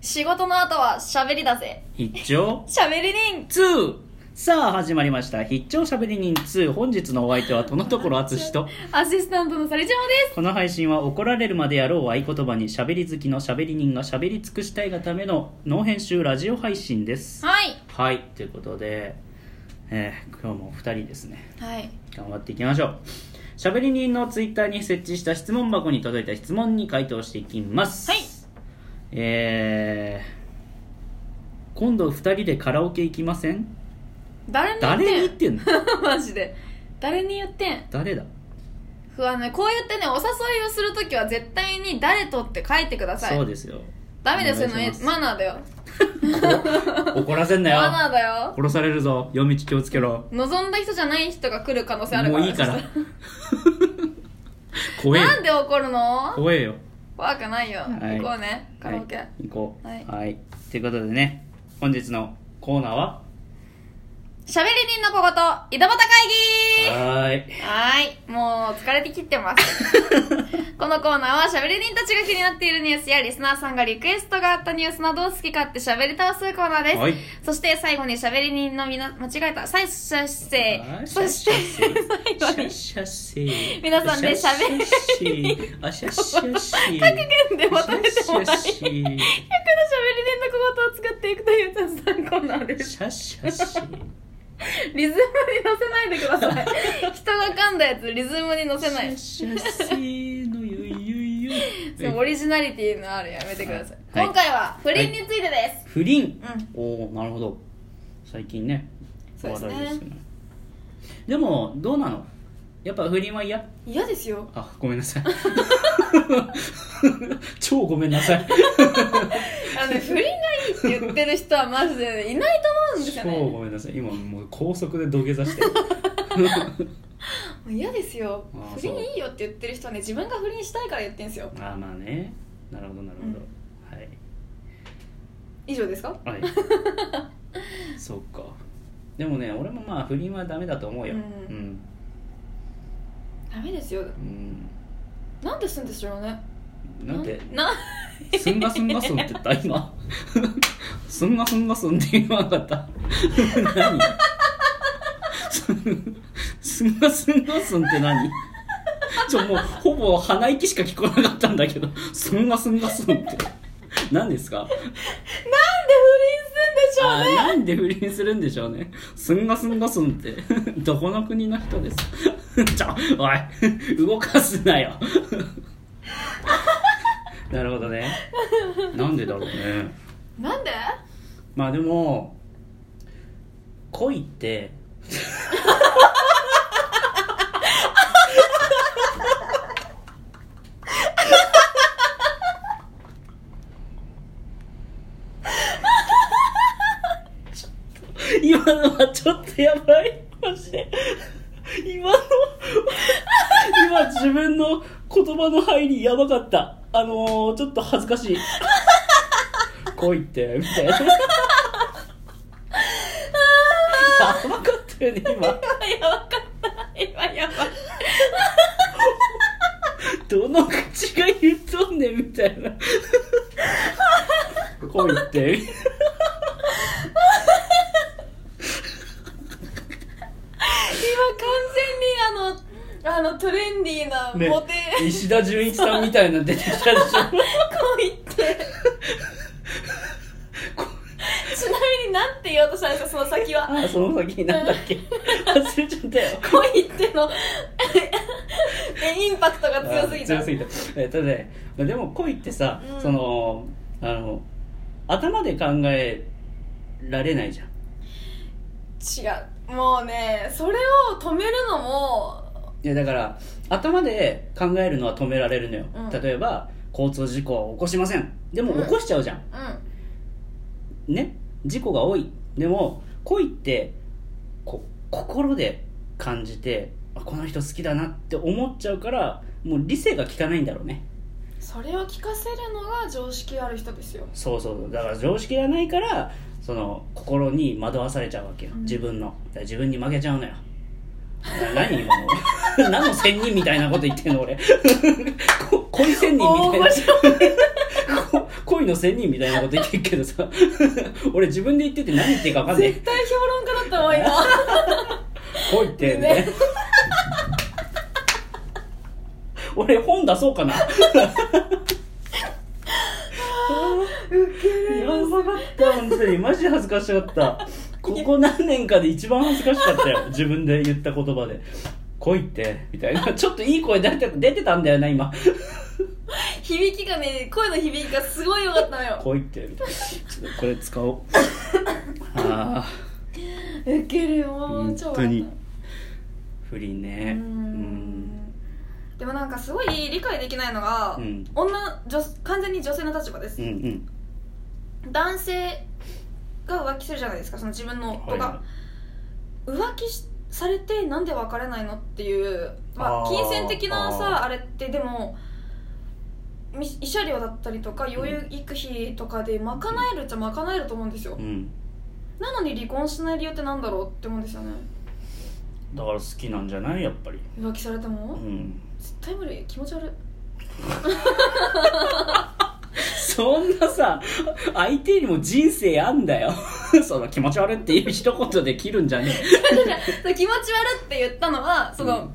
仕事の後は喋りだぜ。必聴喋り人2さあ始まりました「必聴しゃべり人2」本日のお相手は殿所淳とアシスタントのさりちゃまでこの配信は怒られるまでやろうを合言葉にしゃべり好きのしゃべり人がしゃべり尽くしたいがためのノー編集ラジオ配信ですす。はい。はいということで、えー今日も2人ですねはい。頑張っていきましょうしゃべり人のツイッターに設置した質問箱に届いた質問に回答していきますはいえー、今度2人でカラオケ行きません誰に言っ誰にて言んってんの マジで。誰に言ってん誰だ不安ね。こう言ってね、お誘いをするときは絶対に誰とって書いてくださそうい。ですよダメですよお願いねし。まマすナーだよ。怒らせんなマよナーだよ。殺されるぞ夜道気をつけろ望んだ人じゃない人が来る可能性あるかもら。ういいから そした怖えよなんで怒るの怖えよ怖くないよ。はい行こうね。カラオケ。はい、行こうはいはい、ということでね本日のコーナーは喋り人の小言、井戸端会議はーいはーい。もう疲れてきってます。 このコーナーは喋り人たちが気になっているニュースやリスナーさんがリクエストがあったニュースなどを好き勝手喋り倒すコーナーです。はいそして最後に喋り人のみな、間違えた、最初生あ。ーそしてシャッシャッセイ最後に。シャッシャッセイ皆さんで喋りシャッシャッセイあシャッシャッセイ格言でまとめてもらい、シャ100ッの喋シャッセイり人の小言を作っていくという雑談コーナーです。 シャッシャッセイリズムに乗せないでください。 人が噛んだやつ、リズムに乗せない。シャッシャッセイのゆいゆいゆい そうオリジナリティのあるやめてください、はい今回は不倫についてです、不倫、うんおおなるほど最近ねそうですね話題よでもどうなのやっぱ不倫は嫌嫌ですよあごめんなさい 超ごめんなさいあのね不倫がいいって言ってる人はマジで、ね、いないと思うんですよ超ねもごめんなさい今もう高速で土下座 してう嫌ですよあー不倫いいよって言ってる人はね自分が不倫したいから言ってんですよああまあねなるほどなるほど、以上ですか はいはいそっかでもね俺もまあ不倫はダメだと思うよううんんダメですようん、なんですんでしょうねなんてなすんがすんがすんって言った今すんがすんがすんって言わなかった何すんすんがすんがすんって何ちょもうほぼ鼻息しか聞こえなかったんだけどすんがすんがすんって何ですかあなーなんで不倫するんでしょうねすんがすんがすんってどこの国の人ですかちょおい動かすなよなるほどねなんでだろうねんで不倫するんでしょうねなん でまあでも恋って今のはちょっとやばいマジで今の今自分の言葉の入りやばかったあのー、ちょっと恥ずかしい恋ってみたいなやばかったよね今今やばかった今やばいどの口が言っとんねんみたいな恋って今完全にあのあのトレンディーなね モテ、石田純一さんみたいなの出てきたでし ょ恋ってちなみになんて言おうとしたんですかその先はあその先なんだっけ忘れちゃったよ恋っての えインパクトが強すぎたあ強すぎたえっとねまあでも恋ってさ、うんそのあの頭で考えられないじゃん違うもうねそれを止めるのもいやだから頭で考えるのは止められるのよ、うん例えば交通事故を起こしませんでもうん起こしちゃうじゃん、うんね事故が多いでも恋ってこ心で感じてあこの人好きだなって思っちゃうからもう理性が効かないんだろうねそれを聞かせるのが常識ある人ですよそうそうだから常識がないからその心に惑わされちゃうわけよ、うん自分のだから自分に負けちゃうのよ な何今の 何の仙人み たいなこと言ってんの俺こ恋仙人みたいな白い こ恋の仙人みたいなこと言ってるけどさ 俺自分で言ってて何言ってるか分かんない絶対評論家だったわ 今来いってねね 俺本出そうかなウケるやばかった本当にマジで恥ずかしかったここ何年かで一番恥ずかしかったよ自分で言った言葉で「来いって」みたいなちょっといい声出て出てたんだよな今響きがね声の響きがすごい良かったの「よ来いって」みたいなちょっとこれ使おうああウケるもう超本当笑っにた不倫ねうーんでもなんかすごい理解できないのが、うん女女完全に女性の立場です、うんうん男性が浮気するじゃないですかその自分のうん夫が、は浮気しされてなんで別れないのっていう、まああ、ー金銭的なあさあれってでもみ慰謝料だったりとか養育費とかで賄えるっちゃ賄えると思うんですよい、うんなのに離婚しない理由ってなんだろうって思うんですよねだから好きなんじゃないやっぱり浮気されても、うん絶対無理気持ち悪い そんなさ相手にも人生あんだよ その気持ち悪いっていう一言で切るんじゃねそう気持ち悪って言ったのはその、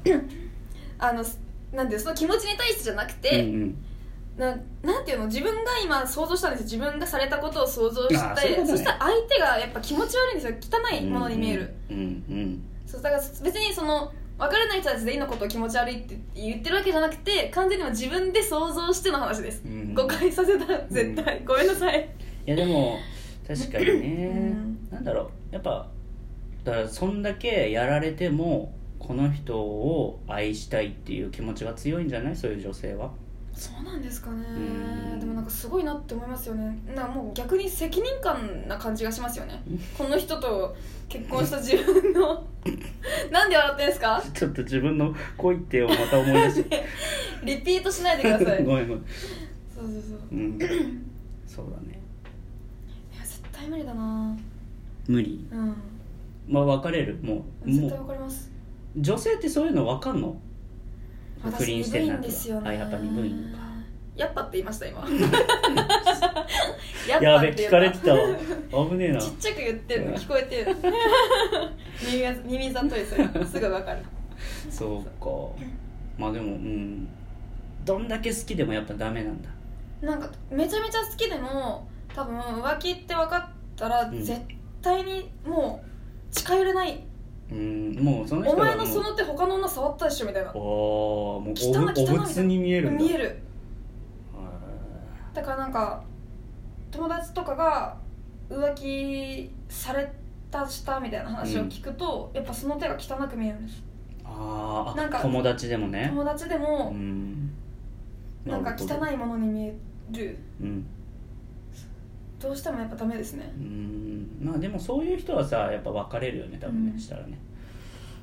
あのなんていうのその気持ちに対してじゃなくえて、うんななんていうの自分が今想像したんです自分がされたことを想像してあーそういうことねそしたら相手がやっぱ気持ち悪いんですよ汚いものに見える、うんうんそうだから別にその別れない人たち全員のことを気持ち悪いって言ってるわけじゃなくて完全にもう自分で想像しての話です、うん誤解させた絶対、ごめんなさいいやでも確かにね、うんなんだろうやっぱだからそんだけやられてもこの人を愛したいっていう気持ちが強いんじゃないそういう女性は そうなんですかねうんでもなんかすごいなって思いますよねなんかもう逆に責任感な感じがしますよねこの人と結婚した自分のなんで笑ってんすかちょっと自分の恋ってをまた思い出してリピート しないでくごださめいんそうそうそう ごめん、うん、そうだねいや絶対無理だな無理うんまあ別れるもうも絶う対かります女性ってそういうの分かんの不倫して私鈍んいなんとですよかねあやっぱ鈍いのかやっぱって言いました今 ややっぱべって言聞っかたれてたわ危ねえな ちっちゃく言ってんの聞こえてる耳が耳ざといそれすぐわかるそうかまあでもうんどんだけ好きでもやっぱダメなんだなんかめちゃめちゃ好きでも多分浮気って分かったらうん絶対にもう近寄れない、うんもうその人お前はものそうの手他の女触ったでしょみたいなおーも汚うおいぶ汚いお仏に見えるんだ見えるはだからなんか友達とかが浮気されたしたみたいな話を聞くと、やっぱその手が汚く見えるんですいあなんあか友達でもね友達でうもんなんか汚いものに見えるいうんどうしてもやっぱダメですねうんまあでもそういう人はさやっぱ別れるよね多分ね、うんしたらね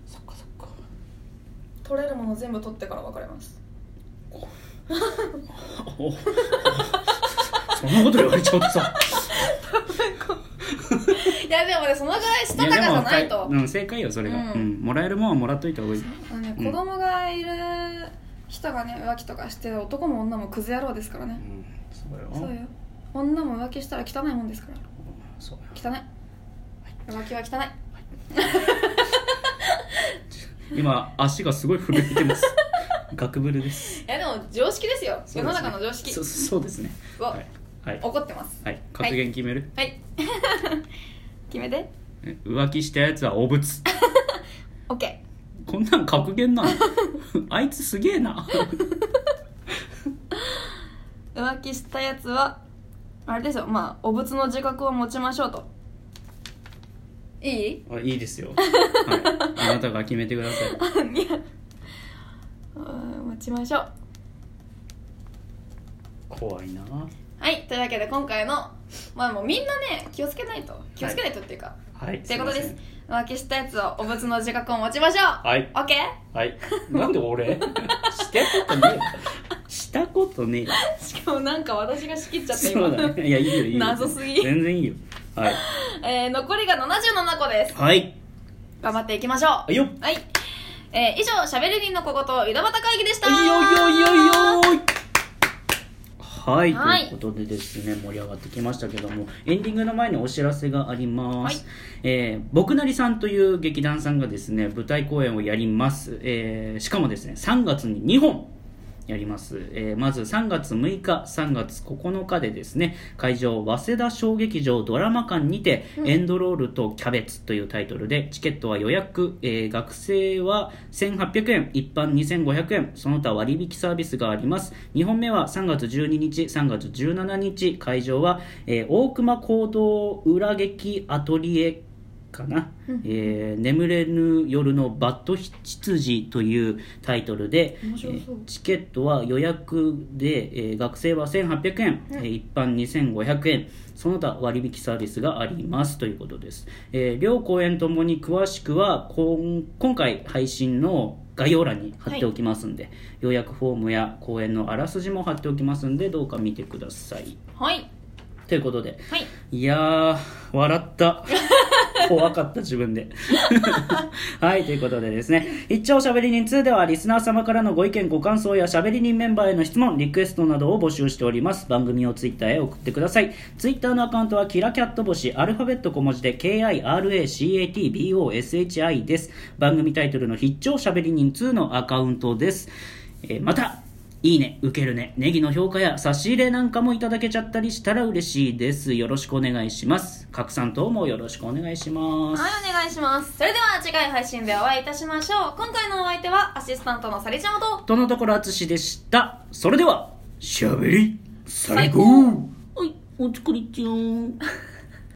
そっかそっか取れるもの全部取ってから別れますお そんなこと言われちゃうとさ いやでもねそのぐらいしたたかじやでもゃないとうん、正解よそれは、ううんんもらえるもんはもらっといた方がいいあのね、うん子供がいる人がね浮気とかして男も女もクズ野郎ですからうね、んそうよそうよ女も浮気したら汚いもんですからそうよ汚い浮気は汚い今足がすごい震え てますガクブルですいやでも常識ですよ世の中の常識そうそうですねを、はいはい、怒ってますはい、格言決める、はい 決めてえ浮気したやつは汚物 OK こんなん 格言なのあいつすげえな 浮気したやつはあれですよまあお仏の自覚を持ちましょうといいあいいですよ、はい、あなたが決めてくださいいやうん持ちましょう怖いなはい、というわけで今回の、まあもうみんなね、気をつけないと。気をつけないとっていうか、はいということですいま。浮気したやつをお仏の自覚を持ちましょう。せんはいオッケはいなんで俺したことねえよしたことねえよー しかもなんか私が仕切っちゃったそう今。だねいやいいよいいよ謎すぎ全然いいよはい えー、残りが77個です。はい頑張っていきましょう。はあよっい。えー、以上、しゃべる人の小言、井戸端会議でした。よいよいよいよいはいははい、いということでですね盛り上がってきましたけどもエンディングの前にお知らせがあります、はいえー僕なりさんという劇団さんがですね舞台公演をやります、えーしかもですね3月に2本やります、えーまず3月6日3月9日でですね会場早稲田小劇場ドラマ館にて、エンドロールとキャベツ」というタイトルでチケットは予約、えー学生は1800円一般2500円その他割引サービスがあります2本目は3月12日3月17日会場は、えー大熊講堂裏劇アトリエかな、えー眠れぬ夜のバッド羊というタイトルで面白そうえーチケットは予約で、えー学生は1800円、えー一般2500円その他割引サービスがありますということです、えー両公演ともに詳しくはこん今回配信の概要欄に貼っておきますんで、予約フォームや公演のあらすじも貼っておきますんでどうか見てくださいはいということではいいやー、笑った。怖かった自分で。 はい、ということでですね、一丁しゃべり人2ではリスナー様からのご意見、ご感想やしゃべり人メンバーへの質問、リクエストなどを募集しております。番組をツイッターへ送ってください。ツイッターのアカウントはキラキャット星、アルファベット小文字で KIRACATBOSHI です。番組タイトルの一丁しゃべり人2のアカウントです。えーまた、いいね、受けるね、ネギの評価や差し入れなんかもいただけちゃったりしたら嬉しいです。よろしくお願いします。拡散等もよろしくお願いします。はいお願いしますそれでは次回配信でお会いいたしましょう今回のお相手はアシスタントのさりちゃまととのところあつしでした。それでは、しゃべり、最最高はい、お疲れちゃん。